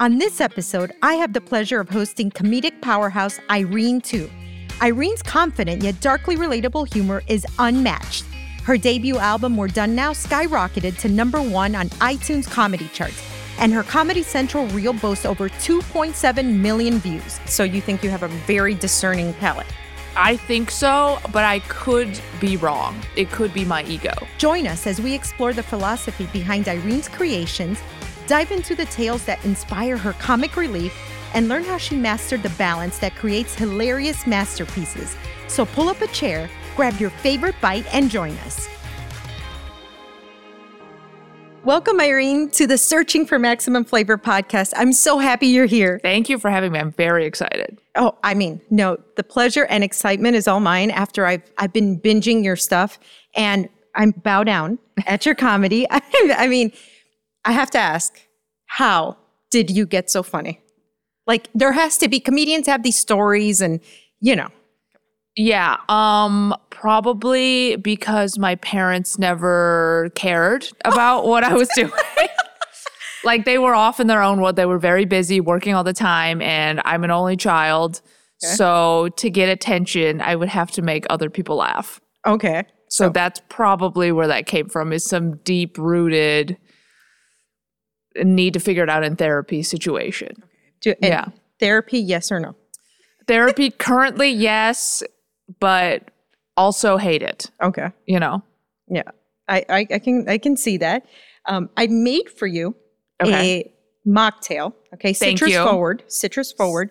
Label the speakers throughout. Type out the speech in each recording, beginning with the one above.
Speaker 1: On this episode, I have the pleasure of hosting comedic powerhouse Irene Tu. Irene's confident yet darkly relatable humor is unmatched. Her debut album, We're Done Now, skyrocketed to number one on iTunes comedy charts, and her Comedy Central reel boasts over 2.7 million views. So you think you have a very discerning palate.
Speaker 2: I think so, but I could be wrong. It could be my ego.
Speaker 1: Join us as we explore the philosophy behind Irene's creations, dive into the tales that inspire her comic relief, and learn how she mastered the balance that creates hilarious masterpieces. So pull up a chair, grab your favorite bite, and join us. Welcome, Irene, to the Searching for Maximum Flavor podcast. I'm so happy you're here.
Speaker 2: Thank you for having me. I'm very excited.
Speaker 1: Oh, I mean, no, the pleasure and excitement is all mine after I've I've been binging your stuff and I'm bow down at your comedy. I, I mean, I have to ask, how did you get so funny? Like there has to be comedians have these stories and you know.
Speaker 2: Yeah, um probably because my parents never cared about what I was doing. like they were off in their own world. They were very busy working all the time and I'm an only child. So to get attention, I would have to make other people laugh.
Speaker 1: Okay.
Speaker 2: So that's probably where that came from is some deep rooted need to figure it out in therapy situation.
Speaker 1: Do, and
Speaker 2: Yeah.
Speaker 1: Therapy, yes or no?
Speaker 2: Therapy currently, yes, but also hate it,
Speaker 1: Okay.
Speaker 2: you know?
Speaker 1: Yeah. I, I, I can I can see that. Um, I made for you
Speaker 2: Okay.
Speaker 1: a mocktail. Okay.
Speaker 2: Thank
Speaker 1: citrus
Speaker 2: you.
Speaker 1: forward. Citrus forward.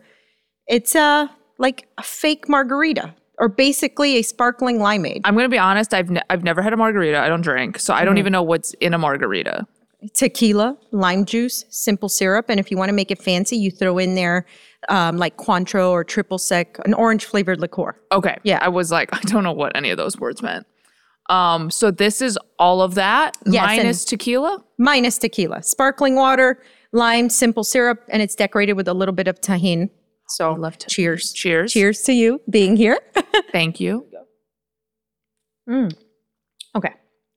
Speaker 1: It's uh like a fake margarita or basically a sparkling limeade.
Speaker 2: I'm going to be honest, I've, ne- I've never had a margarita. I don't drink, so
Speaker 1: Mm-hmm.
Speaker 2: I don't even know what's in a margarita.
Speaker 1: Tequila, lime juice, simple syrup, and if you want to make it fancy, you throw in there um, like Cointreau or triple sec, an orange flavored liqueur.
Speaker 2: Okay.
Speaker 1: Yeah.
Speaker 2: I was like, I don't know what any of those words meant. Um, so this is all of that
Speaker 1: Yes, and-
Speaker 2: minus tequila.
Speaker 1: minus tequila, sparkling water, lime, simple syrup, and it's decorated with a little bit of tahine. So
Speaker 2: love tahini.
Speaker 1: cheers.
Speaker 2: Cheers.
Speaker 1: Cheers to you being here.
Speaker 2: Thank you.
Speaker 1: okay.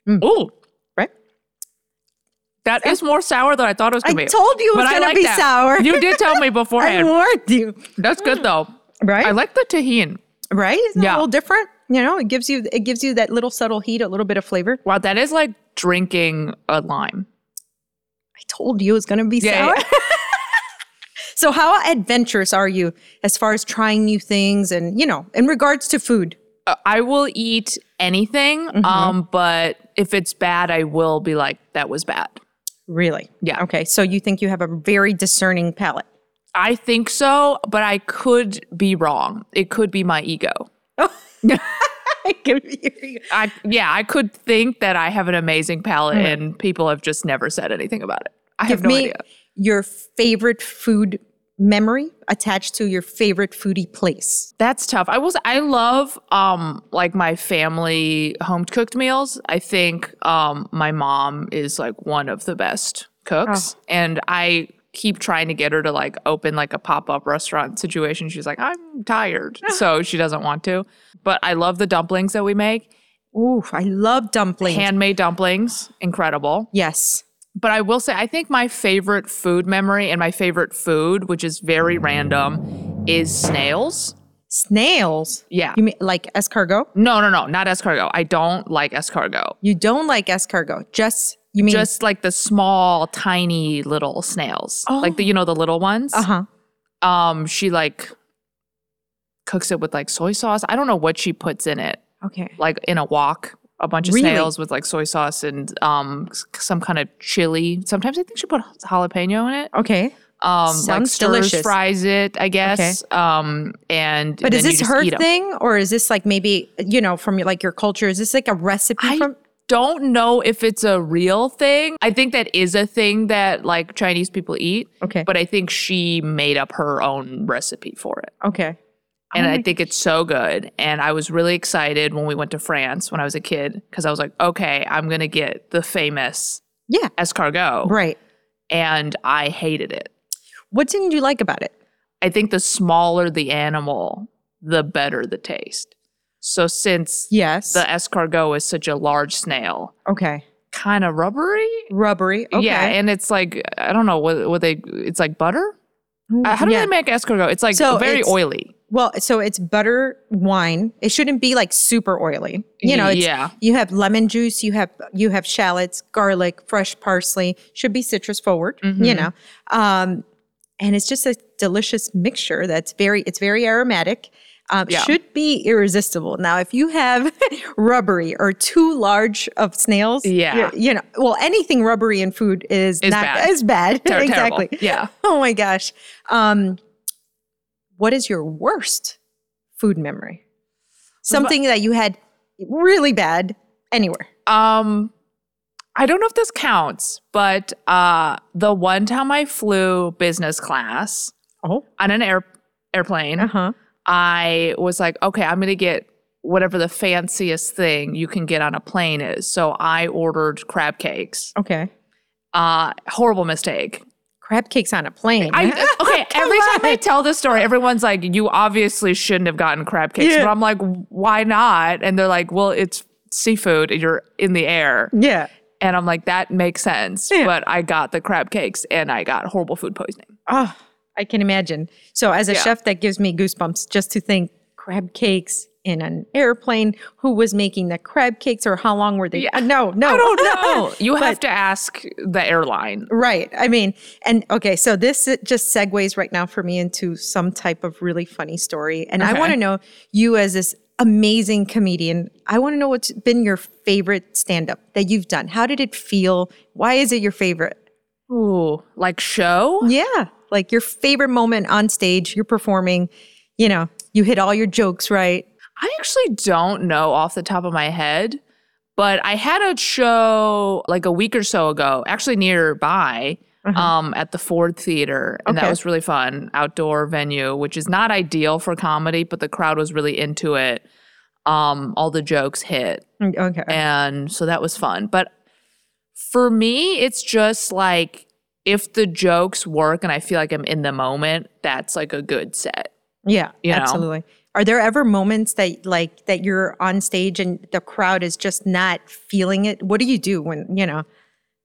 Speaker 1: Mm.
Speaker 2: Ooh,
Speaker 1: Right?
Speaker 2: that is more sour than I thought it was
Speaker 1: I
Speaker 2: going to be.
Speaker 1: told you it was
Speaker 2: But I
Speaker 1: gonna
Speaker 2: like
Speaker 1: be
Speaker 2: that.
Speaker 1: sour.
Speaker 2: You did tell me
Speaker 1: I
Speaker 2: beforehand.
Speaker 1: warned you.
Speaker 2: That's good though.
Speaker 1: Right?
Speaker 2: I like the tahini.
Speaker 1: right? Isn't it
Speaker 2: Yeah.
Speaker 1: a little different? You know, it gives you it gives you that little subtle heat, a little bit of flavor.
Speaker 2: Wow, that is like drinking a lime.
Speaker 1: I told you it was gonna be
Speaker 2: Yeah,
Speaker 1: sour. so how adventurous are you as far as trying new things and you know, in regards to food?
Speaker 2: Uh, I will eat anything,
Speaker 1: Mm-hmm.
Speaker 2: um, but if it's bad, I will be like, that was bad.
Speaker 1: Really?
Speaker 2: Yeah.
Speaker 1: Okay. So you think you have a very discerning palate.
Speaker 2: I think so, but I could be wrong. It could be my ego.
Speaker 1: I can hear you.
Speaker 2: I yeah, I could think that I have an amazing palate, and people have just never said anything about it. I
Speaker 1: Mm-hmm. Give
Speaker 2: have no
Speaker 1: me
Speaker 2: idea.
Speaker 1: your favorite food memory attached to your favorite foodie place.
Speaker 2: That's tough. I was I love um like my family home cooked meals. I think um my mom is like one of the best cooks and I keep trying to get her to like open like a pop-up restaurant situation. She's like, "I'm tired." so she doesn't want to. But I love the dumplings that we make.
Speaker 1: Ooh, I love dumplings.
Speaker 2: Handmade dumplings, incredible.
Speaker 1: yes.
Speaker 2: But I will say I think my favorite food memory and my favorite food, which is very random, is snails.
Speaker 1: Snails.
Speaker 2: Yeah.
Speaker 1: You mean like escargot?
Speaker 2: No, no, no, not escargot. I don't like escargot.
Speaker 1: You don't like escargot. Just you mean
Speaker 2: Just like the small, tiny little snails, like the you know the little ones.
Speaker 1: uh-huh.
Speaker 2: Um, she like cooks it with like soy sauce. I don't know what she puts in it,
Speaker 1: Okay.
Speaker 2: like in a wok, a bunch of
Speaker 1: Really?
Speaker 2: snails with like soy sauce and um s- some kind of chili. Sometimes I think she put jalapeno in it.
Speaker 1: Okay.
Speaker 2: Um, like
Speaker 1: Sounds
Speaker 2: stirs
Speaker 1: delicious.
Speaker 2: fries it, I guess. Um, and
Speaker 1: But is
Speaker 2: then
Speaker 1: this
Speaker 2: you just
Speaker 1: her
Speaker 2: eat 'em.
Speaker 1: thing or is this like maybe, you know, from your- like your culture? Is this like a recipe
Speaker 2: I
Speaker 1: from
Speaker 2: don't know if it's a real thing. I think that is a thing that like Chinese people eat.
Speaker 1: Okay.
Speaker 2: But I think she made up her own recipe for it.
Speaker 1: Okay.
Speaker 2: And
Speaker 1: Oh.
Speaker 2: I think it's so good. And I was really excited when we went to France when I was a kid because I was like, okay, I'm going to get the famous
Speaker 1: Yeah.
Speaker 2: escargot.
Speaker 1: Right.
Speaker 2: And I hated it.
Speaker 1: What didn't you like about it?
Speaker 2: I think the smaller the animal, the better the taste. So since
Speaker 1: Yes.
Speaker 2: the escargot is such a large snail,
Speaker 1: okay.
Speaker 2: kind of rubbery.
Speaker 1: Rubbery. Okay.
Speaker 2: Yeah, and it's like I don't know what what they. It's like butter. Uh, how do
Speaker 1: Yeah.
Speaker 2: they make escargot? It's like
Speaker 1: So
Speaker 2: very
Speaker 1: it's-
Speaker 2: oily.
Speaker 1: Well, so it's butter wine. It shouldn't be like super oily. You know, it's,
Speaker 2: Yeah.
Speaker 1: you have lemon juice, you have you have shallots, garlic, fresh parsley, should be citrus forward, you
Speaker 2: Mm-hmm.
Speaker 1: know. Um and it's just a delicious mixture that's very it's very aromatic. Um,
Speaker 2: Yeah.
Speaker 1: Should be irresistible. Now, if you have rubbery or too large of snails,
Speaker 2: Yeah.
Speaker 1: you're- you know, well, anything rubbery in food is
Speaker 2: Is
Speaker 1: not
Speaker 2: bad.
Speaker 1: is bad.
Speaker 2: Ter- terrible.
Speaker 1: exactly.
Speaker 2: Yeah.
Speaker 1: Oh my gosh. Um, what is your worst food memory? Something that you had really bad anywhere.
Speaker 2: Um, I don't know if this counts, but uh, the one time I flew business class
Speaker 1: Oh.
Speaker 2: on an air airplane,
Speaker 1: Uh huh.
Speaker 2: I was like, okay, I'm gonna get whatever the fanciest thing you can get on a plane is. So I ordered crab cakes.
Speaker 1: Okay.
Speaker 2: Uh, horrible mistake.
Speaker 1: Crab cakes on a plane.
Speaker 2: I, uh, okay, every time I
Speaker 1: on.
Speaker 2: tell this story, everyone's like, "You obviously shouldn't have gotten crab cakes,"
Speaker 1: Yeah.
Speaker 2: but I'm like, "Why not?" And they're like, "Well, it's seafood. and You're in the air."
Speaker 1: yeah.
Speaker 2: And I'm like, that makes sense.
Speaker 1: Yeah.
Speaker 2: But I got the crab cakes and I got horrible food poisoning.
Speaker 1: Oh, I can imagine. So, as a
Speaker 2: Ah. Yeah.
Speaker 1: chef, that gives me goosebumps just to think crab cakes in an airplane. Who was making the crab cakes, or how long were they?
Speaker 2: Yeah.
Speaker 1: Uh, no, no,
Speaker 2: I don't know. You
Speaker 1: But-
Speaker 2: have to ask the airline.
Speaker 1: Right. I mean, and okay, so this it just segues right now for me into some type of really funny story. And I
Speaker 2: Okay.
Speaker 1: want to know you as this amazing comedian, I want to know what's been your favorite stand up that you've done. How did it feel? Why is it your favorite?
Speaker 2: Ooh, like show?
Speaker 1: Yeah. Like your favorite moment on stage, you're performing, you know, you hit all your jokes right.
Speaker 2: I actually don't know off the top of my head, but I had a show like a week or so ago, actually nearby. Um, at the Ford Theater, and
Speaker 1: Okay.
Speaker 2: that was really fun outdoor venue, which is not ideal for comedy, but the crowd was really into it. Um, all the jokes hit,
Speaker 1: Mm, Okay.
Speaker 2: and so that was fun. But for me, it's just like if the jokes work and I feel like I'm in the moment, that's like a good set.
Speaker 1: Yeah,
Speaker 2: you know.
Speaker 1: absolutely. Are there ever moments that like that you're on stage and the crowd is just not feeling it? What do you do when, you know?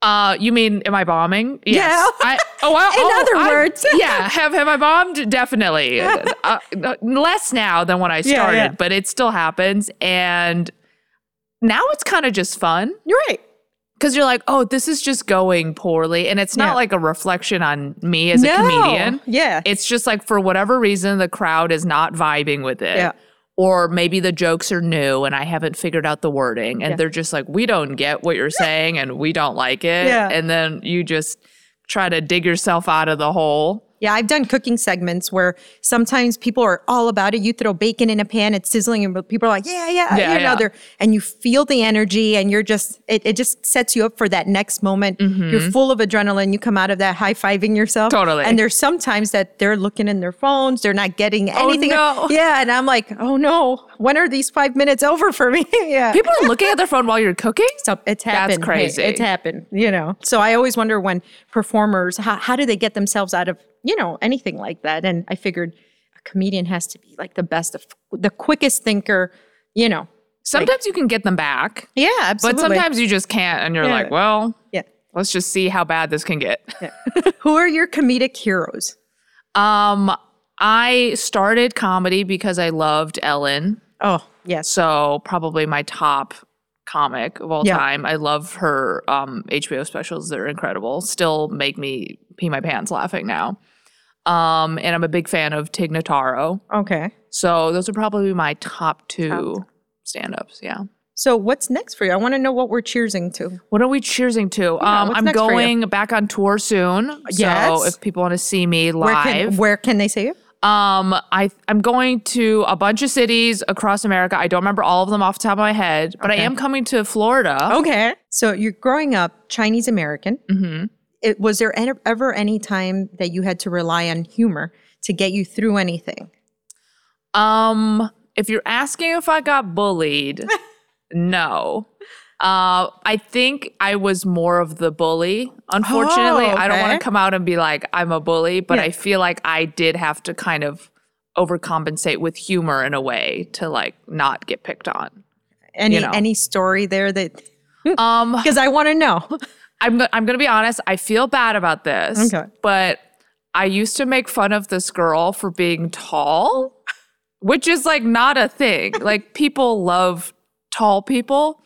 Speaker 2: Uh, you mean am I bombing?
Speaker 1: Yeah.
Speaker 2: I, oh, I,
Speaker 1: In
Speaker 2: oh,
Speaker 1: other
Speaker 2: I-
Speaker 1: words.
Speaker 2: yeah. Have have I bombed? Definitely. uh, less now than when I
Speaker 1: Yeah,
Speaker 2: started,
Speaker 1: yeah.
Speaker 2: but it still happens. And now it's kind of just fun.
Speaker 1: You're right.
Speaker 2: because you're like, oh, this is just going poorly, and it's not
Speaker 1: Yeah.
Speaker 2: like a reflection on me as a comedian.
Speaker 1: Yeah.
Speaker 2: It's just like for whatever reason the crowd is not vibing with it.
Speaker 1: Yeah.
Speaker 2: Or maybe the jokes are new and I haven't figured out the wording and
Speaker 1: Yeah.
Speaker 2: they're just like we don't get what you're saying and we don't like it.
Speaker 1: Yeah.
Speaker 2: And then you just try to dig yourself out of the hole.
Speaker 1: yeah, I've done cooking segments where sometimes people are all about it. You throw bacon in a pan, it's sizzling, and people are like, yeah, yeah,
Speaker 2: Yeah,
Speaker 1: you know,
Speaker 2: yeah.
Speaker 1: they're, and you feel the energy and you're just, it, it just sets you up for that next moment. You're full of adrenaline. You come out of that high fiving yourself.
Speaker 2: Mm-hmm. Totally.
Speaker 1: And there's sometimes that they're looking in their phones, they're not getting anything.
Speaker 2: Oh, no.
Speaker 1: Yeah. And I'm like, oh no, when are these five minutes over for me? yeah.
Speaker 2: People are looking at their phone while you're cooking.
Speaker 1: So it's happened. Hey,
Speaker 2: crazy.
Speaker 1: it's happened. You know. So I always wonder when performers how how do they get themselves out of you know anything like that? And I figured a comedian has to be like the best, of, the quickest thinker. You know.
Speaker 2: Sometimes you can get them back,
Speaker 1: Yeah, absolutely.
Speaker 2: but sometimes you just can't and you're
Speaker 1: Yeah.
Speaker 2: like, well,
Speaker 1: yeah.
Speaker 2: let's just see how bad this can get.
Speaker 1: Who are your comedic heroes?
Speaker 2: Um, I started comedy because I loved Ellen.
Speaker 1: Oh yes.
Speaker 2: So probably my top comic of all
Speaker 1: Yeah.
Speaker 2: time. I love her um, HBO specials. They're incredible. Still make me pee my pants laughing now. Um, and I'm a big fan of Tig Notaro.
Speaker 1: Okay.
Speaker 2: So those are probably my top two stand-ups. Yeah.
Speaker 1: So what's next for you? I want to know what we're cheersing to.
Speaker 2: What are we cheersing to?
Speaker 1: Yeah,
Speaker 2: um,
Speaker 1: what's
Speaker 2: I'm
Speaker 1: next for you?
Speaker 2: going back on tour soon.
Speaker 1: Yes.
Speaker 2: So if people want to see me live,
Speaker 1: Where can where can they see you?
Speaker 2: Um, I I'm going to a bunch of cities across America. I don't remember all of them off the top of my head, but I am coming to Florida.
Speaker 1: Okay. So you're growing up Chinese American.
Speaker 2: Mhm.
Speaker 1: It, was there en- ever any time that you had to rely on humor to get you through anything? Oh.
Speaker 2: Um, if you're asking if I got bullied, no. Uh, I think I was more of the bully. Unfortunately,
Speaker 1: Oh,
Speaker 2: I don't want
Speaker 1: okay.
Speaker 2: to come out and be like I'm a bully, but
Speaker 1: Yeah.
Speaker 2: I feel like I did have to kind of overcompensate with humor in a way to like not get picked on.
Speaker 1: Any
Speaker 2: you know.
Speaker 1: any story there that
Speaker 2: Um,
Speaker 1: Because I want to know.
Speaker 2: I'm go- I'm gonna be honest. I feel bad about this.
Speaker 1: Okay.
Speaker 2: But I used to make fun of this girl for being tall, which is like not a thing. like people love tall people,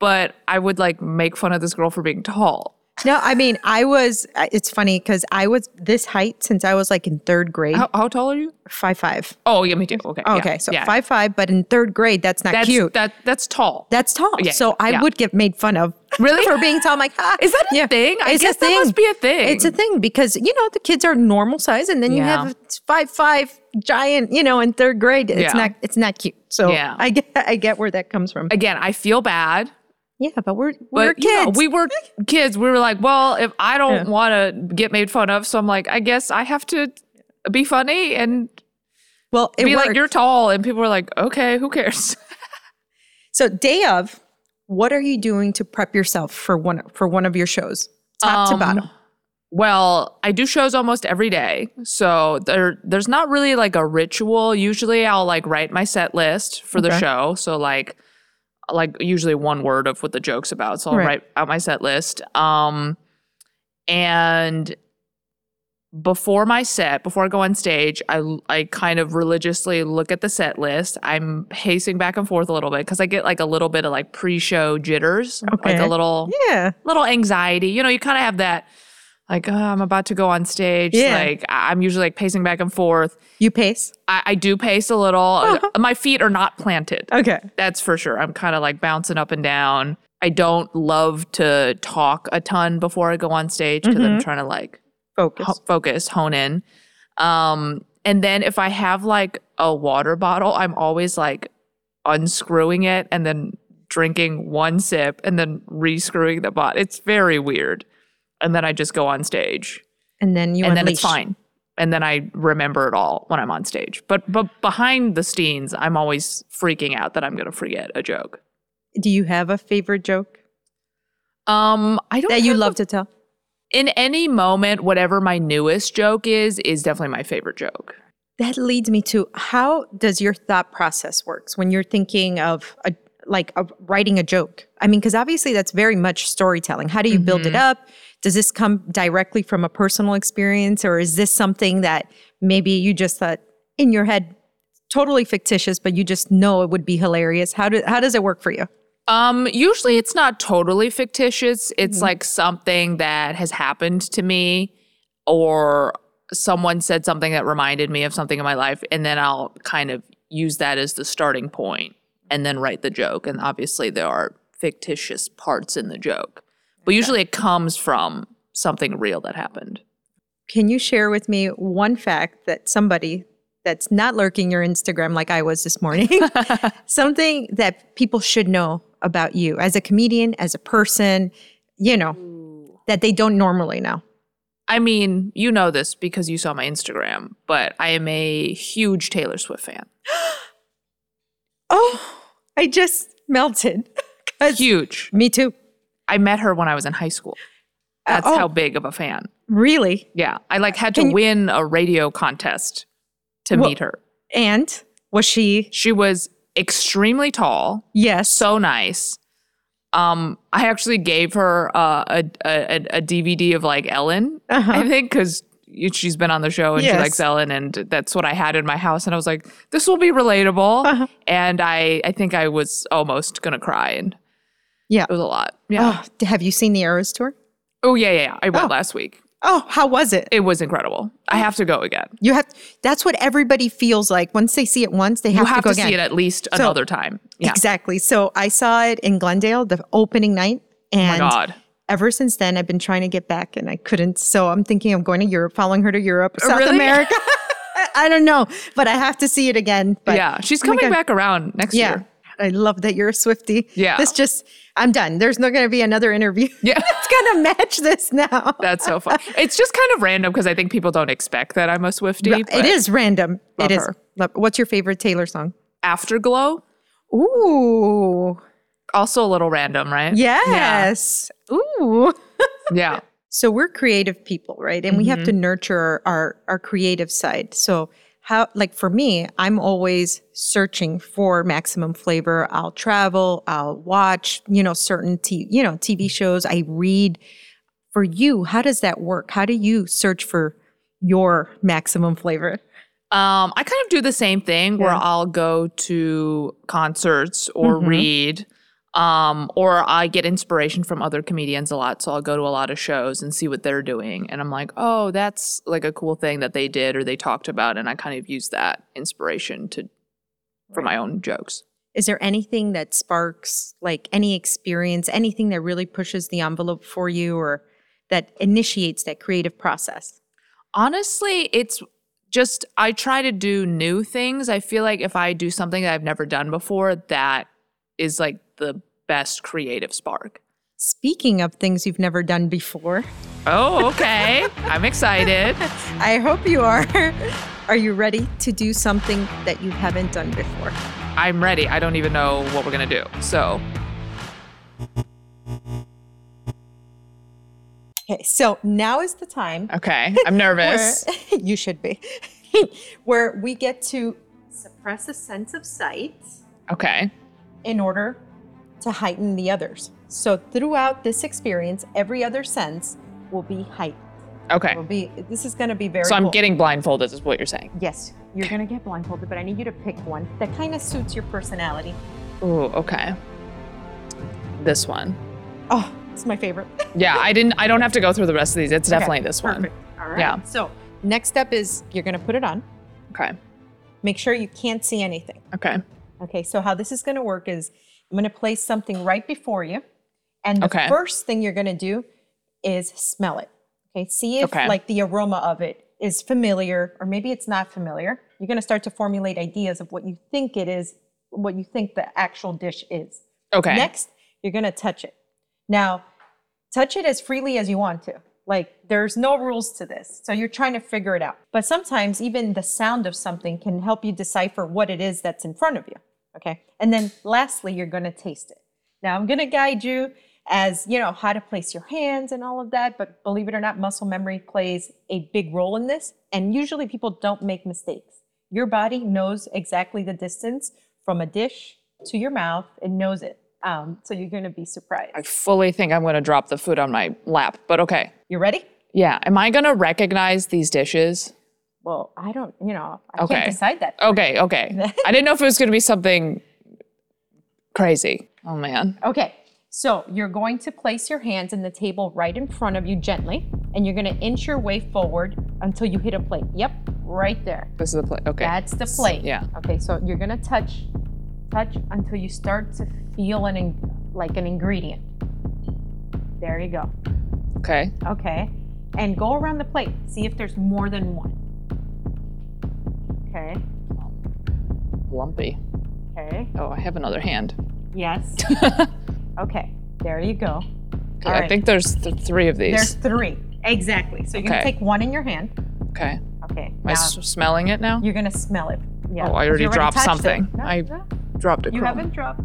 Speaker 2: but I would like make fun of this girl for being tall.
Speaker 1: No, I mean, I was, I- it's funny because I was this height since I was like in third grade,
Speaker 2: How, how tall are you?
Speaker 1: five, five.
Speaker 2: Oh, yeah, me too. Okay. Oh. yeah,
Speaker 1: okay. So
Speaker 2: yeah.
Speaker 1: five, five, but in third grade, that's not
Speaker 2: That's
Speaker 1: cute.
Speaker 2: that that's tall.
Speaker 1: that's tall.
Speaker 2: Yeah,
Speaker 1: so I
Speaker 2: yeah.
Speaker 1: would get made fun of
Speaker 2: Really?
Speaker 1: for being tall. I'm like, ah,
Speaker 2: Is that a
Speaker 1: yeah.
Speaker 2: thing? I
Speaker 1: It's a
Speaker 2: guess that must be a thing.
Speaker 1: It's a thing because you know the kids are normal size, and then you
Speaker 2: Yeah.
Speaker 1: have five five giant, you know, in third grade. It's
Speaker 2: Yeah.
Speaker 1: not it's not cute. So
Speaker 2: Yeah.
Speaker 1: I get I get where that comes from.
Speaker 2: Again, I feel bad.
Speaker 1: yeah, but we're
Speaker 2: But
Speaker 1: we're
Speaker 2: you know,
Speaker 1: kids.
Speaker 2: we were kids. We were like, well, if I don't
Speaker 1: Yeah.
Speaker 2: want to get made fun of, so I'm like, I guess I have to be funny and
Speaker 1: well, it
Speaker 2: be
Speaker 1: worked.
Speaker 2: like, you're tall. And people were like, okay, who cares?
Speaker 1: so day of, what are you doing to prep yourself for one for one of your shows, top to
Speaker 2: Um,
Speaker 1: bottom?
Speaker 2: Well, I do shows almost every day. So there there's not really like a ritual. Usually I'll like write my set list for the
Speaker 1: Okay.
Speaker 2: show. So like like usually one word of what the joke's about. So I'll
Speaker 1: Right.
Speaker 2: write out my set list. Um and before my set, before I go on stage, I I kind of religiously look at the set list. I'm pacing back and forth a little bit because I get like a little bit of like pre-show jitters, like
Speaker 1: Okay.
Speaker 2: a little
Speaker 1: Yeah,
Speaker 2: little anxiety. You know, you kind of have that, like, oh, I'm about to go on stage.
Speaker 1: Yeah.
Speaker 2: Like, I- I'm usually like pacing back and forth.
Speaker 1: you pace.
Speaker 2: I, I do pace a little. Uh, My feet are not planted.
Speaker 1: Okay.
Speaker 2: That's for sure. I'm kind of like bouncing up and down. I don't love to talk a ton before I go on stage because I'm trying to like
Speaker 1: Focus.
Speaker 2: ho- focus, hone in. Um, and then if I have like a water bottle, I'm always like unscrewing it and then drinking one sip and then rescrewing the bottle. It's very weird. And then I just go on stage
Speaker 1: and then you
Speaker 2: and then it's
Speaker 1: unleash.
Speaker 2: fine. And then I remember it all when I'm on stage. But but behind the scenes, I'm always freaking out that I'm gonna forget a joke.
Speaker 1: Do you have a favorite joke
Speaker 2: Um, I don't
Speaker 1: that you
Speaker 2: have a-
Speaker 1: love to tell?
Speaker 2: in any moment. Whatever my newest joke is is definitely my favorite joke.
Speaker 1: that leads me to how does your thought process works when you're thinking of a like a, writing a joke i mean because obviously that's very much storytelling how do you build it up does this come directly from a personal experience or is this something that maybe you just thought in your head totally fictitious but you just know it would be hilarious how do, how does it work for you
Speaker 2: Um, usually it's not totally fictitious. It's like something that has happened to me or someone said something that reminded me of something in my life and then I'll kind of use that as the starting point and then write the joke and obviously there are fictitious parts in the joke. But usually it comes from something real that happened.
Speaker 1: can you share with me one fact that somebody that's not lurking your Instagram like I was this morning, something that people should know about you as a comedian, as a person, you know, that they don't normally know?
Speaker 2: I mean, you know this because you saw my Instagram, but I am a huge Taylor Swift fan.
Speaker 1: Oh, I just melted. 'Cause-
Speaker 2: Huge.
Speaker 1: me too.
Speaker 2: I met her when I was in high school. That's
Speaker 1: oh.
Speaker 2: how big of a fan.
Speaker 1: Really?
Speaker 2: Yeah. I like had to
Speaker 1: Can you-
Speaker 2: win a radio contest to
Speaker 1: Wha-
Speaker 2: meet her.
Speaker 1: And was she?
Speaker 2: She was extremely tall,
Speaker 1: Yes.
Speaker 2: so nice. Um, I actually gave her uh, a, a a DVD of like Ellen,
Speaker 1: Uh-huh.
Speaker 2: I think, because she's been on the show and she
Speaker 1: Yes.
Speaker 2: likes Ellen, and that's what I had in my house. And I was like, this will be relatable.
Speaker 1: Uh-huh.
Speaker 2: And I I think I was almost gonna cry, and
Speaker 1: Yeah.
Speaker 2: it was a lot. Yeah.
Speaker 1: Oh, have you seen the Eras tour?
Speaker 2: Oh, yeah, yeah, yeah. I went
Speaker 1: Oh.
Speaker 2: last week.
Speaker 1: Oh, how was it?
Speaker 2: It was incredible. I have to go again.
Speaker 1: You have. That's what everybody feels like once they see it once. They have,
Speaker 2: you
Speaker 1: to
Speaker 2: have
Speaker 1: go
Speaker 2: to,
Speaker 1: again.
Speaker 2: see it at least another time. Yeah.
Speaker 1: Exactly. So I saw it in Glendale the opening night.
Speaker 2: Oh my
Speaker 1: And
Speaker 2: God.
Speaker 1: ever since then, I've been trying to get back and I couldn't. So I'm thinking of going to Europe, following her to Europe, South
Speaker 2: Oh, really?
Speaker 1: America. I don't know, but I have to see it again. But
Speaker 2: yeah. She's
Speaker 1: oh my
Speaker 2: coming
Speaker 1: God.
Speaker 2: back around next
Speaker 1: Yeah.
Speaker 2: year.
Speaker 1: I love that you're a Swifty.
Speaker 2: Yeah.
Speaker 1: This just, I'm done. There's not going to be another interview.
Speaker 2: Yeah.
Speaker 1: it's going to match this now.
Speaker 2: That's so fun. it's just kind of random because I think people don't expect that I'm a Swifty.
Speaker 1: It is random.
Speaker 2: Love
Speaker 1: It is.
Speaker 2: her.
Speaker 1: Love- What's your favorite Taylor song?
Speaker 2: Afterglow,
Speaker 1: Ooh.
Speaker 2: also a little random, right?
Speaker 1: Yes. Ooh.
Speaker 2: Yeah.
Speaker 1: So we're creative people, right? And we have to nurture our, our creative side. So how like for me i'm always searching for maximum flavor i'll travel i'll watch you know certain t- you know tv shows i read for you how does that work how do you search for your maximum flavor
Speaker 2: Um, I kind of do the same thing where
Speaker 1: Yeah.
Speaker 2: I'll go to concerts or
Speaker 1: Mhm.
Speaker 2: read, um, or I get inspiration from other comedians a lot. So I'll go to a lot of shows and see what they're doing. And I'm like, oh, that's like a cool thing that they did or they talked about. And I kind of use that inspiration to for my own jokes.
Speaker 1: is there anything that sparks like any experience anything that really pushes the envelope for you or that initiates that creative process
Speaker 2: Honestly, it's just I try to do new things. I feel like if I do something that I've never done before, that is like the best creative spark.
Speaker 1: speaking of things you've never done before
Speaker 2: Oh, okay. I'm excited.
Speaker 1: i hope you are are you ready to do something that you haven't done before
Speaker 2: I'm ready. I don't even know what we're going to do. So,
Speaker 1: okay so now is the time
Speaker 2: okay. I'm nervous.
Speaker 1: where- you should be where we get to suppress a sense of sight
Speaker 2: Okay.
Speaker 1: in order to heighten the others so throughout this experience every other sense will be heightened
Speaker 2: Okay.
Speaker 1: will be this is going to be very
Speaker 2: So, I'm
Speaker 1: cool.
Speaker 2: getting blindfolded, is what you're saying.
Speaker 1: yes you're going to get blindfolded but i need you to pick one that kind of suits your personality
Speaker 2: Ooh, okay. This one.
Speaker 1: oh it's my favorite
Speaker 2: Yeah, I didn't, I don't have to go through the rest of these. It's
Speaker 1: Okay,
Speaker 2: definitely this one.
Speaker 1: perfect all right
Speaker 2: Yeah.
Speaker 1: so next step is you're going to put it on
Speaker 2: Okay.
Speaker 1: make sure you can't see anything
Speaker 2: Okay.
Speaker 1: Okay, so how this is going to work is I'm going to place something right before you. And the
Speaker 2: Okay.
Speaker 1: first thing you're going to do is smell it. Okay, see if
Speaker 2: Okay.
Speaker 1: like the aroma of it is familiar or maybe it's not familiar. You're going to start to formulate ideas of what you think it is, what you think the actual dish is.
Speaker 2: Okay.
Speaker 1: Next, you're going to touch it. Now, touch it as freely as you want to. Like, there's no rules to this. So you're trying to figure it out. But sometimes even the sound of something can help you decipher what it is that's in front of you. Okay. And then lastly, you're going to taste it. Now, I'm going to guide you as, you know, how to place your hands and all of that. But believe it or not, muscle memory plays a big role in this. And usually people don't make mistakes. Your body knows exactly the distance from a dish to your mouth. It knows it. Um, so you're going to be surprised.
Speaker 2: I fully think I'm going to drop the food on my lap, but okay.
Speaker 1: You ready?
Speaker 2: Yeah. Am I going to recognize these dishes?
Speaker 1: Well, I don't, you know, I
Speaker 2: Okay. Oh.
Speaker 1: can't decide that.
Speaker 2: Okay. Okay. I didn't know if it was going to be something crazy. Oh, man.
Speaker 1: Okay. So you're going to place your hands in the table right in front of you gently, and you're going to inch your way forward until you hit a plate. Yep, right there.
Speaker 2: This is the plate. Okay.
Speaker 1: That's the plate.
Speaker 2: yeah.
Speaker 1: Okay, so you're going to touch, touch until you start to feel an in, like an ingredient. There you go.
Speaker 2: Okay.
Speaker 1: Okay. And go around the plate. See if there's more than one. Okay.
Speaker 2: Lumpy.
Speaker 1: Okay.
Speaker 2: Oh, I have another hand.
Speaker 1: Yes. okay. There you go.
Speaker 2: Okay,
Speaker 1: All
Speaker 2: I
Speaker 1: right.
Speaker 2: think there's th- three of these.
Speaker 1: There's three. Exactly. So you're gonna
Speaker 2: Okay.
Speaker 1: take one in your hand.
Speaker 2: okay. Am
Speaker 1: Okay. now
Speaker 2: I s- smelling it now?
Speaker 1: you're gonna smell it. Yeah.
Speaker 2: Oh, I
Speaker 1: 'cause you
Speaker 2: already dropped
Speaker 1: touched it.
Speaker 2: something.
Speaker 1: No,
Speaker 2: I-
Speaker 1: no,
Speaker 2: Dropped a
Speaker 1: you
Speaker 2: crumb.
Speaker 1: haven't dropped.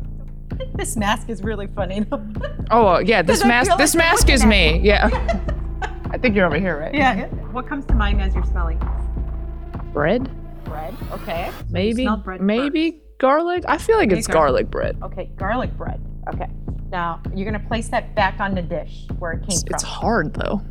Speaker 1: This mask is really funny. though.
Speaker 2: Oh, uh, yeah. This
Speaker 1: I
Speaker 2: mask.
Speaker 1: feel like
Speaker 2: This
Speaker 1: they're
Speaker 2: mask
Speaker 1: looking
Speaker 2: is
Speaker 1: at
Speaker 2: me. Yeah. I think you're over here, right?
Speaker 1: yeah. yeah. What comes to mind as you're smelling?
Speaker 2: Bread.
Speaker 1: Bread. Okay. So you
Speaker 2: Maybe.
Speaker 1: smell bread
Speaker 2: Maybe garlic. I feel like it's
Speaker 1: Okay, gar-
Speaker 2: garlic bread.
Speaker 1: first. Okay. Garlic bread. Okay. Now you're gonna place that back on the dish where it came
Speaker 2: It's, it's
Speaker 1: from.
Speaker 2: hard though.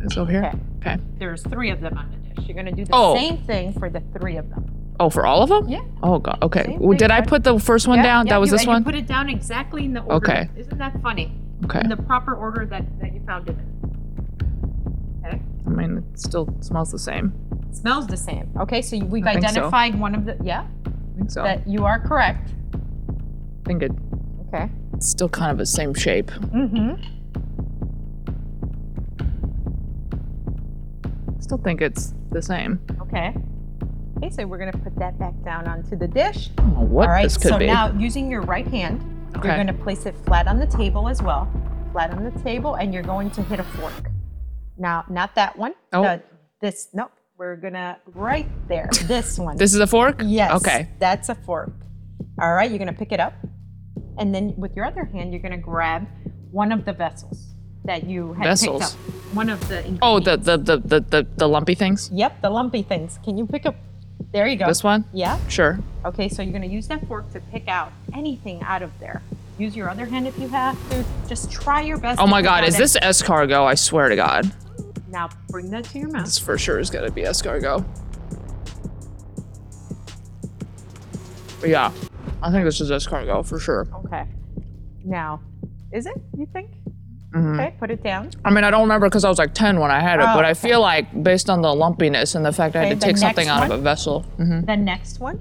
Speaker 2: It's over here. Okay.
Speaker 1: There's three of them on the dish. You're gonna do the
Speaker 2: Oh.
Speaker 1: same thing for the three of them.
Speaker 2: Oh, for all of them?
Speaker 1: Yeah.
Speaker 2: Oh God. Okay.
Speaker 1: Same
Speaker 2: Well,
Speaker 1: thing,
Speaker 2: did I
Speaker 1: bread.
Speaker 2: put the first one
Speaker 1: Yeah,
Speaker 2: down?
Speaker 1: yeah,
Speaker 2: that was
Speaker 1: you-
Speaker 2: this
Speaker 1: and
Speaker 2: one.
Speaker 1: You put it down exactly in the order.
Speaker 2: Okay.
Speaker 1: Isn't that funny?
Speaker 2: okay.
Speaker 1: in the proper order that, that you found it in. Okay.
Speaker 2: I mean, it still smells the same.
Speaker 1: Smells the same. Okay, so we've
Speaker 2: I think so.
Speaker 1: identified one of the, yeah,
Speaker 2: I think so.
Speaker 1: that you are correct.
Speaker 2: I think it-
Speaker 1: Okay.
Speaker 2: it's still kind of the same shape.
Speaker 1: Mm-hmm.
Speaker 2: Still think it's the same.
Speaker 1: Okay. Okay, so we're gonna put that back down onto the dish.
Speaker 2: I don't know what
Speaker 1: All right,
Speaker 2: this could
Speaker 1: so
Speaker 2: be.
Speaker 1: now using your right hand,
Speaker 2: Okay.
Speaker 1: you're gonna place it flat on the table as well. Flat on the table, and you're going to hit a fork. Now, not that one.
Speaker 2: Oh.
Speaker 1: the- this, nope, we're gonna, right there, this one.
Speaker 2: This is a fork?
Speaker 1: Yes.
Speaker 2: Okay.
Speaker 1: That's a fork. All right, you're going to pick it up. And then with your other hand, you're going to grab one of the vessels that you had
Speaker 2: Vessels?
Speaker 1: picked up. One of the.
Speaker 2: Oh, the the the the the, the lumpy things.
Speaker 1: Yep, the lumpy things. Can you pick up There you go.
Speaker 2: This one?
Speaker 1: Yeah.
Speaker 2: Sure.
Speaker 1: Okay, so you're going to use that fork to pick out anything out of there. Use your other hand if you have to. Just try your best.
Speaker 2: Oh
Speaker 1: to
Speaker 2: my
Speaker 1: pick
Speaker 2: god,
Speaker 1: out
Speaker 2: is this escargot? I swear to god.
Speaker 1: it. Now bring that to your mouth.
Speaker 2: This for sure is gonna be escargot. But yeah, I think this is escargot for sure.
Speaker 1: Okay. Now, is it? You think?
Speaker 2: Mhm.
Speaker 1: Okay, put it down.
Speaker 2: I mean, I don't remember because I was like 10 when I had it,
Speaker 1: Oh,
Speaker 2: but I
Speaker 1: okay.
Speaker 2: feel like based on the lumpiness and the fact I
Speaker 1: Okay,
Speaker 2: had
Speaker 1: the
Speaker 2: to take something
Speaker 1: next
Speaker 2: out
Speaker 1: one?
Speaker 2: of a vessel. hmm
Speaker 1: The next one.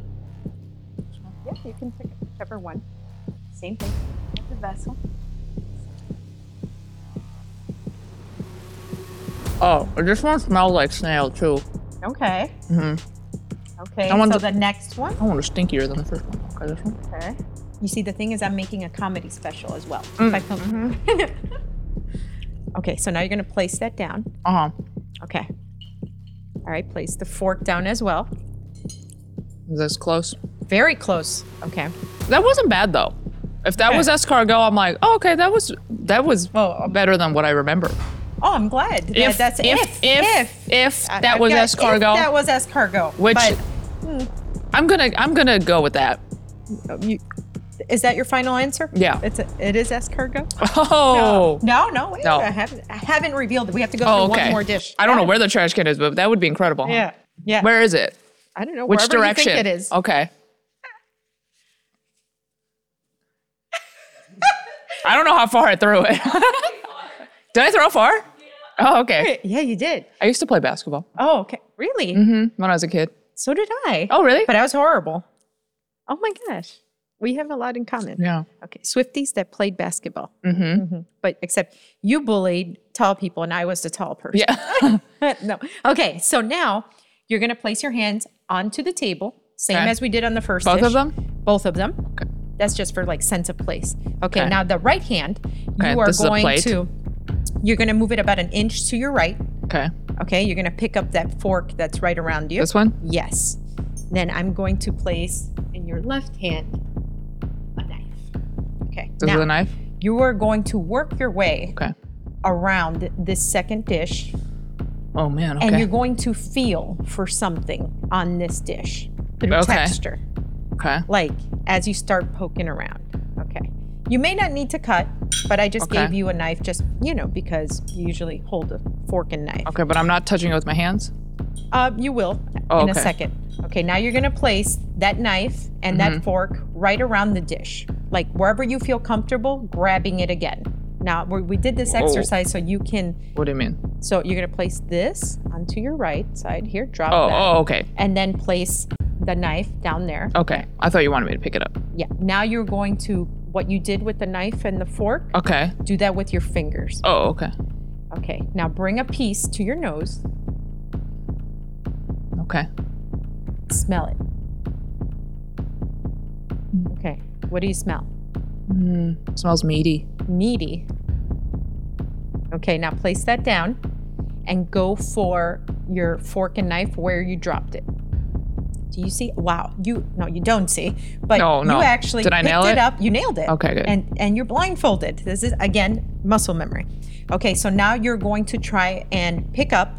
Speaker 1: Yeah, you can pick whichever one. Same thing. Get The vessel.
Speaker 2: Oh, this one smells like snail too.
Speaker 1: Okay.
Speaker 2: hmm
Speaker 1: Okay.
Speaker 2: I want
Speaker 1: so
Speaker 2: the-
Speaker 1: the next one.
Speaker 2: That one is stinkier than the first one. Okay, this one.
Speaker 1: Okay. You see, the thing is, I'm making a comedy special as well.
Speaker 2: Mm,
Speaker 1: If I feel- okay, so now you're gonna place that down.
Speaker 2: Uh huh.
Speaker 1: Okay. All right, place the fork down as well.
Speaker 2: Is this close?
Speaker 1: Very close. Okay.
Speaker 2: That wasn't bad though. If that
Speaker 1: Okay.
Speaker 2: was escargot, I'm like, oh, okay, that was that was
Speaker 1: Well,
Speaker 2: better than what I remember.
Speaker 1: Oh, I'm glad. that-
Speaker 2: If
Speaker 1: that's
Speaker 2: if
Speaker 1: if
Speaker 2: if, if
Speaker 1: I-
Speaker 2: that
Speaker 1: I've
Speaker 2: was
Speaker 1: got
Speaker 2: escargot,
Speaker 1: If that was escargot.
Speaker 2: which
Speaker 1: but hmm.
Speaker 2: I'm gonna I'm gonna go with that.
Speaker 1: you, is that your final answer?
Speaker 2: Yeah.
Speaker 1: It's a, it is escargot.
Speaker 2: Oh.
Speaker 1: No, no, wait.
Speaker 2: No.
Speaker 1: I haven't I haven't revealed it. We have to go
Speaker 2: Oh,
Speaker 1: through
Speaker 2: okay.
Speaker 1: one more dish.
Speaker 2: I don't know where the trash can is, but that would be incredible.
Speaker 1: Yeah. Yeah.
Speaker 2: Where is it?
Speaker 1: I don't know
Speaker 2: Which
Speaker 1: wherever you think
Speaker 2: direction? Oh.
Speaker 1: it is.
Speaker 2: Okay. I don't know how far I threw it. Did I throw far? Oh, okay.
Speaker 1: Yeah, you did.
Speaker 2: I used to play basketball
Speaker 1: Oh, okay. Really?
Speaker 2: Mhm, when I was a kid.
Speaker 1: So did I.
Speaker 2: Oh, really?
Speaker 1: But I was horrible. Oh my gosh. We have a lot in common.
Speaker 2: Yeah.
Speaker 1: Okay. Swifties that played basketball.
Speaker 2: hmm
Speaker 1: But except you bullied tall people and I was the tall person.
Speaker 2: Yeah.
Speaker 1: no. Okay. So now you're going to place your hands onto the table, same
Speaker 2: Okay.
Speaker 1: as we did on the first
Speaker 2: Both
Speaker 1: dish.
Speaker 2: of them?
Speaker 1: Both of them.
Speaker 2: Okay.
Speaker 1: That's just for like sense of place. Okay.
Speaker 2: Okay.
Speaker 1: Now the right hand,
Speaker 2: Okay,
Speaker 1: you are
Speaker 2: this is a
Speaker 1: going
Speaker 2: plate.
Speaker 1: to, you're going to move it about an inch to your right.
Speaker 2: Okay.
Speaker 1: Okay. You're going to pick up that fork that's right around you.
Speaker 2: This one?
Speaker 1: Yes. Then I'm going to place in your left hand a knife. Okay.
Speaker 2: This is
Speaker 1: now
Speaker 2: a knife?
Speaker 1: you are going to work your way
Speaker 2: Okay.
Speaker 1: around this second dish
Speaker 2: Oh, man.
Speaker 1: and you're
Speaker 2: Okay.
Speaker 1: going to feel for something on this dish through
Speaker 2: Okay.
Speaker 1: texture,
Speaker 2: Okay.
Speaker 1: like as you start poking around. Okay. You may not need to cut, but I just
Speaker 2: Okay.
Speaker 1: gave you a knife just, you know, because you usually hold a fork and knife.
Speaker 2: Okay, but I'm not touching it with my hands?
Speaker 1: Uh, you will
Speaker 2: Oh,
Speaker 1: in a
Speaker 2: okay.
Speaker 1: second. Okay, now you're gonna place that knife and
Speaker 2: Mm-hmm.
Speaker 1: that fork right around the dish, like wherever you feel comfortable grabbing it again. Now we, we did this
Speaker 2: Whoa.
Speaker 1: exercise so you can.
Speaker 2: What do you mean?
Speaker 1: So you're gonna place this onto your right side here. Drop
Speaker 2: Oh,
Speaker 1: that,
Speaker 2: oh, okay.
Speaker 1: and then place the knife down there.
Speaker 2: Okay. I thought you wanted me to pick it up.
Speaker 1: Yeah. Now you're going to what you did with the knife and the fork.
Speaker 2: Okay.
Speaker 1: Do that with your fingers.
Speaker 2: Oh, okay.
Speaker 1: Okay. Now bring a piece to your nose.
Speaker 2: Okay.
Speaker 1: Smell it. Okay. What do you smell?
Speaker 2: Mm, smells meaty.
Speaker 1: meaty. Okay, now place that down and go for your fork and knife where you dropped it. Do you see? Wow, you no, you don't see, but
Speaker 2: No, no.
Speaker 1: you actually
Speaker 2: Did I
Speaker 1: picked
Speaker 2: nail
Speaker 1: it
Speaker 2: it?
Speaker 1: up. You nailed it.
Speaker 2: Okay, good.
Speaker 1: And and you're blindfolded. This is again muscle memory. Okay, so now you're going to try and pick up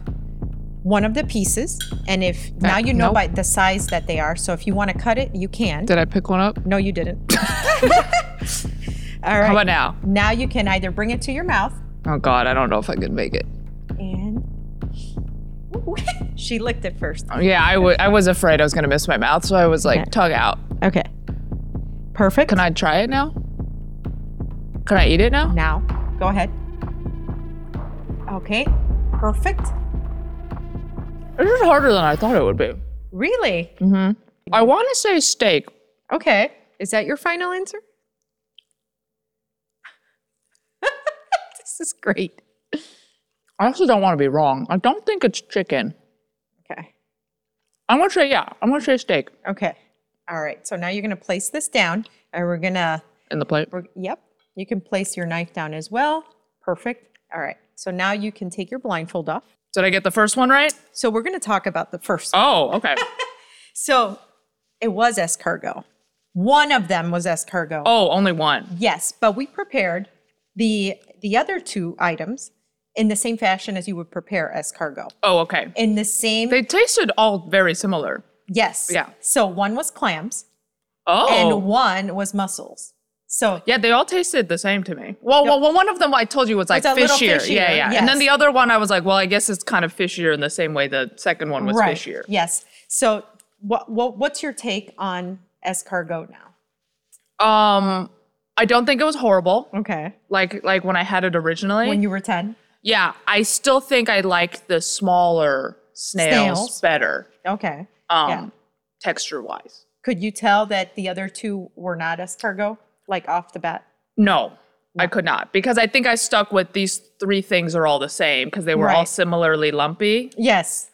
Speaker 1: one of the pieces, and if now you know
Speaker 2: Uh, nope.
Speaker 1: by the size that they are. So if you want to cut it, you can.
Speaker 2: Did I pick one up?
Speaker 1: no, you didn't. All right.
Speaker 2: How about now?
Speaker 1: Now you can either bring it to your mouth
Speaker 2: Oh God, I don't know if I could make it.
Speaker 1: and Ooh, she licked it first.
Speaker 2: Oh, Yeah, I wa- I was afraid I was gonna miss my mouth, so I was like,
Speaker 1: Okay.
Speaker 2: tug out.
Speaker 1: Okay. Perfect.
Speaker 2: Can I try it now? Can I eat it now?
Speaker 1: now go ahead. Okay. Perfect.
Speaker 2: This is harder than I thought it would be.
Speaker 1: Really?
Speaker 2: I want to say steak.
Speaker 1: Okay. Is that your final answer? this is great.
Speaker 2: I also don't want to be wrong. I don't think it's chicken.
Speaker 1: Okay.
Speaker 2: I'm gonna say yeah. I'm gonna say steak
Speaker 1: Okay. All right. So now you're going to place this down and we're going to
Speaker 2: in the plate.
Speaker 1: We're- Yep. You can place your knife down as well. Perfect. All right. So now you can take your blindfold off.
Speaker 2: Did I get the first one right?
Speaker 1: So we're going to talk about the first. one.
Speaker 2: Oh, okay.
Speaker 1: So it was escargot. One of them was escargot.
Speaker 2: oh, only one.
Speaker 1: Yes, but we prepared the the other two items in the same fashion as you would prepare escargot.
Speaker 2: Oh, okay.
Speaker 1: In the same
Speaker 2: They tasted all very similar.
Speaker 1: Yes.
Speaker 2: Yeah.
Speaker 1: So one was clams
Speaker 2: Oh.
Speaker 1: and one was mussels. So
Speaker 2: yeah, they all tasted the same to me. Well, well, well, one of them I told you was like
Speaker 1: a little
Speaker 2: fishier. Yeah,
Speaker 1: fishier,
Speaker 2: yeah. And
Speaker 1: yes.
Speaker 2: then the other one I was like, well, I guess it's kind of fishier in the same way the second one was
Speaker 1: right.
Speaker 2: fishier.
Speaker 1: Yes. So what, what what's your take on escargot now?
Speaker 2: Um, I don't think it was horrible.
Speaker 1: Okay.
Speaker 2: Like like when I had it originally.
Speaker 1: When you were 10?
Speaker 2: yeah, I still think I like the smaller snails,
Speaker 1: Snails.
Speaker 2: better.
Speaker 1: Okay.
Speaker 2: Um,
Speaker 1: Yeah.
Speaker 2: texture wise.
Speaker 1: Could you tell that the other two were not escargot like off the bat?
Speaker 2: No, I could not because I think I stuck with these three things are all the same because they were all
Speaker 1: Right.
Speaker 2: similarly lumpy.
Speaker 1: Yes.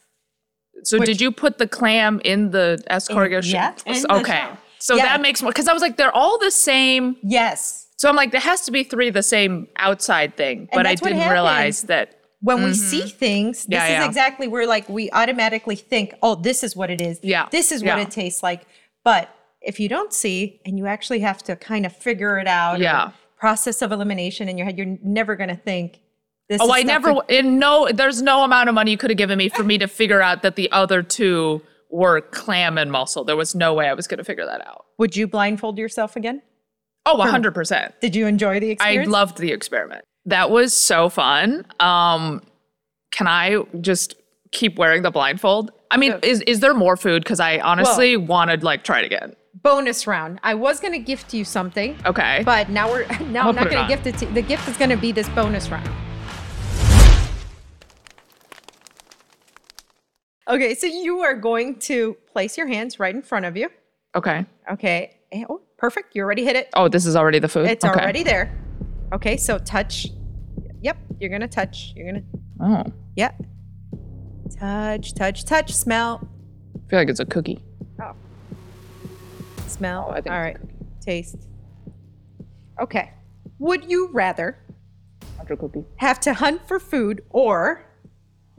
Speaker 2: So did you put the clam in the escargot? shell?
Speaker 1: yeah, in the
Speaker 2: okay.
Speaker 1: shell.
Speaker 2: So
Speaker 1: Yeah.
Speaker 2: that makes more because I was like they're all the same.
Speaker 1: Yes.
Speaker 2: So I'm like there has to be three the same outside thing, but I
Speaker 1: that's what
Speaker 2: didn't realize that.
Speaker 1: When we see things, this
Speaker 2: Mm-hmm. Yeah,
Speaker 1: is
Speaker 2: yeah.
Speaker 1: exactly where like we automatically think, oh, this is what it is.
Speaker 2: Yeah,
Speaker 1: This is what
Speaker 2: yeah.
Speaker 1: it tastes like. But if you don't see and you actually have to kind of figure it out, or
Speaker 2: Yeah.
Speaker 1: process of elimination in your head, you're never gonna think this is
Speaker 2: Oh, I
Speaker 1: stuff
Speaker 2: never.
Speaker 1: that-
Speaker 2: In no, there's no amount of money you could have given me for me to figure out that the other two were clam and mussel. There was no way I was going to figure that out.
Speaker 1: would you blindfold yourself again?
Speaker 2: Oh, 100 percent.
Speaker 1: Did you enjoy the
Speaker 2: I
Speaker 1: experience?
Speaker 2: loved the experiment. That was so fun. Um, can I just keep wearing the blindfold? I mean, is is there more food? Because I honestly wanted like try it again.
Speaker 1: Bonus round. I was gonna gift you something.
Speaker 2: Okay.
Speaker 1: But now we're now
Speaker 2: I'll
Speaker 1: I'm not
Speaker 2: put it
Speaker 1: going
Speaker 2: on.
Speaker 1: to gift it to the gift is going to be this bonus round. Okay, so you are going to place your hands right in front of you.
Speaker 2: okay.
Speaker 1: Okay. And- oh, perfect. You already hit it.
Speaker 2: Oh, this is already the food.
Speaker 1: It's
Speaker 2: okay.
Speaker 1: already there. Okay, so touch. Yep, you're going to touch. You're going to
Speaker 2: Oh,
Speaker 1: Yeah. Touch, touch, touch, smell,
Speaker 2: I feel like it's a cookie.
Speaker 1: Oh. smell.
Speaker 2: Oh, I think
Speaker 1: All right.
Speaker 2: it's
Speaker 1: Taste. Okay. Would you rather
Speaker 2: After cookie.
Speaker 1: have to hunt for food, or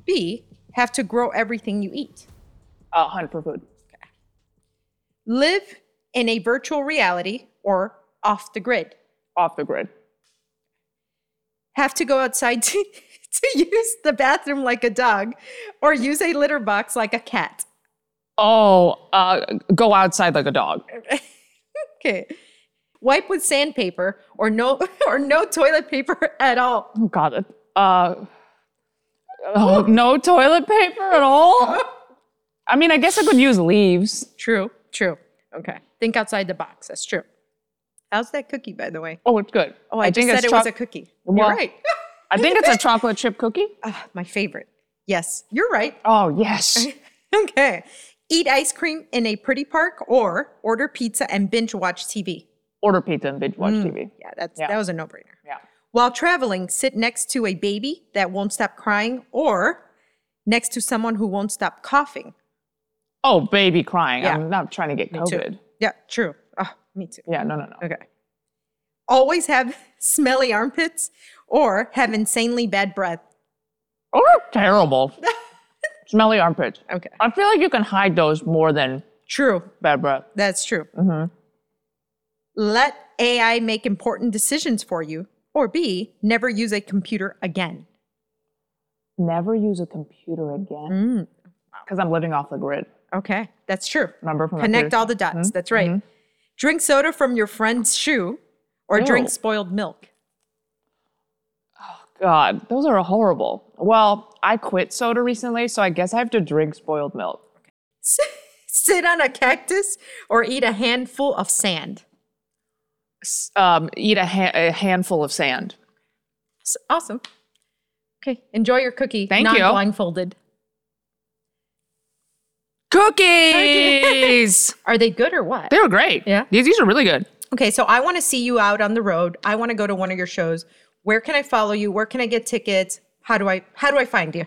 Speaker 1: B, have to grow everything you eat.
Speaker 2: Uh, hunt for food.
Speaker 1: Live in a virtual reality or off the grid.
Speaker 2: Off the grid.
Speaker 1: Have to go outside to, to use the bathroom like a dog or use a litter box like a cat.
Speaker 2: Oh, uh, go outside like a dog.
Speaker 1: Okay. Wipe with sandpaper or no or no toilet paper at all.
Speaker 2: Oh God. that- Uh, oh, no toilet paper at all. I mean, I guess I could use leaves.
Speaker 1: True, true. Okay. Think outside the box. That's true. How's that cookie, by the way?
Speaker 2: Oh, it's good.
Speaker 1: Oh, I, just said it
Speaker 2: choc-
Speaker 1: was a cookie.
Speaker 2: Well-
Speaker 1: You're right.
Speaker 2: I think it's a chocolate chip cookie.
Speaker 1: Ah, my favorite. Yes, you're right.
Speaker 2: Oh yes.
Speaker 1: Okay. Eat ice cream in a pretty park or order pizza and binge watch TV.
Speaker 2: Order pizza and binge watch
Speaker 1: Mm.
Speaker 2: TV.
Speaker 1: Yeah, that's
Speaker 2: Yeah.
Speaker 1: that was a no-brainer.
Speaker 2: Yeah.
Speaker 1: While traveling, sit next to a baby that won't stop crying or next to someone who won't stop coughing.
Speaker 2: Oh, baby crying.
Speaker 1: Yeah.
Speaker 2: I'm not trying to get
Speaker 1: too.
Speaker 2: COVID.
Speaker 1: Yeah, true. Ah, me too.
Speaker 2: Yeah, no, no, no.
Speaker 1: Oh, Okay. Always have smelly armpits or have insanely bad breath.
Speaker 2: Oh, that's terrible. Smelly armpits.
Speaker 1: Okay.
Speaker 2: I feel like you can hide those more than
Speaker 1: True.
Speaker 2: bad breath.
Speaker 1: That's true.
Speaker 2: Mm-hmm.
Speaker 1: Let AI make important decisions for you, or B, never use a computer again.
Speaker 2: Never use a computer
Speaker 1: Mm.
Speaker 2: again. Because I'm living off the grid.
Speaker 1: Okay, that's true.
Speaker 2: Remember from
Speaker 1: Connect
Speaker 2: that Mm-hmm.
Speaker 1: all the dots. That's right. Drink soda from your friend's shoe, or drink
Speaker 2: Ew.
Speaker 1: spoiled milk.
Speaker 2: God, those are horrible. Well, I quit soda recently, so I guess I have to drink spoiled milk.
Speaker 1: Sit on a cactus, or eat a handful of sand.
Speaker 2: S- Um, eat a, ha- a handful of sand.
Speaker 1: S- Awesome. Okay, enjoy your cookie.
Speaker 2: Thank
Speaker 1: not
Speaker 2: you.
Speaker 1: Blindfolded.
Speaker 2: Cookies.
Speaker 1: Are they good or what?
Speaker 2: They were great.
Speaker 1: Yeah?
Speaker 2: These, these are really good.
Speaker 1: Okay, so I want to see you out on the road. I want to go to one of your shows. Where can I follow you? Where can I get tickets? How do I how do I find you?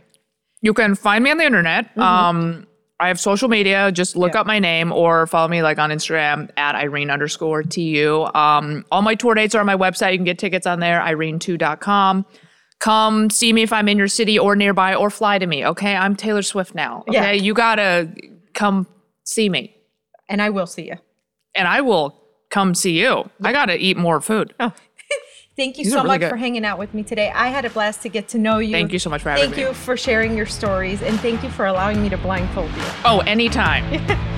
Speaker 2: You can find me on the internet.
Speaker 1: Mm-hmm.
Speaker 2: Um, I have social media. Just look up my name or follow me like on Instagram at Irene underscore TU. Um, all my tour dates are on my website. You can get tickets on there, irene2.com. Come see me if I'm in your city or nearby or fly to me. Okay. I'm Taylor Swift now. Okay.
Speaker 1: Yeah.
Speaker 2: You gotta come see me
Speaker 1: And I will see you.
Speaker 2: and I will come see you. I gotta eat more food.
Speaker 1: Thank you
Speaker 2: Oh. These are
Speaker 1: so
Speaker 2: really
Speaker 1: much
Speaker 2: good.
Speaker 1: for hanging out with me today. I had a blast to get to know you.
Speaker 2: Thank you so much for having
Speaker 1: Thank
Speaker 2: me.
Speaker 1: you for sharing your stories and thank you for allowing me to blindfold you.
Speaker 2: Oh, anytime.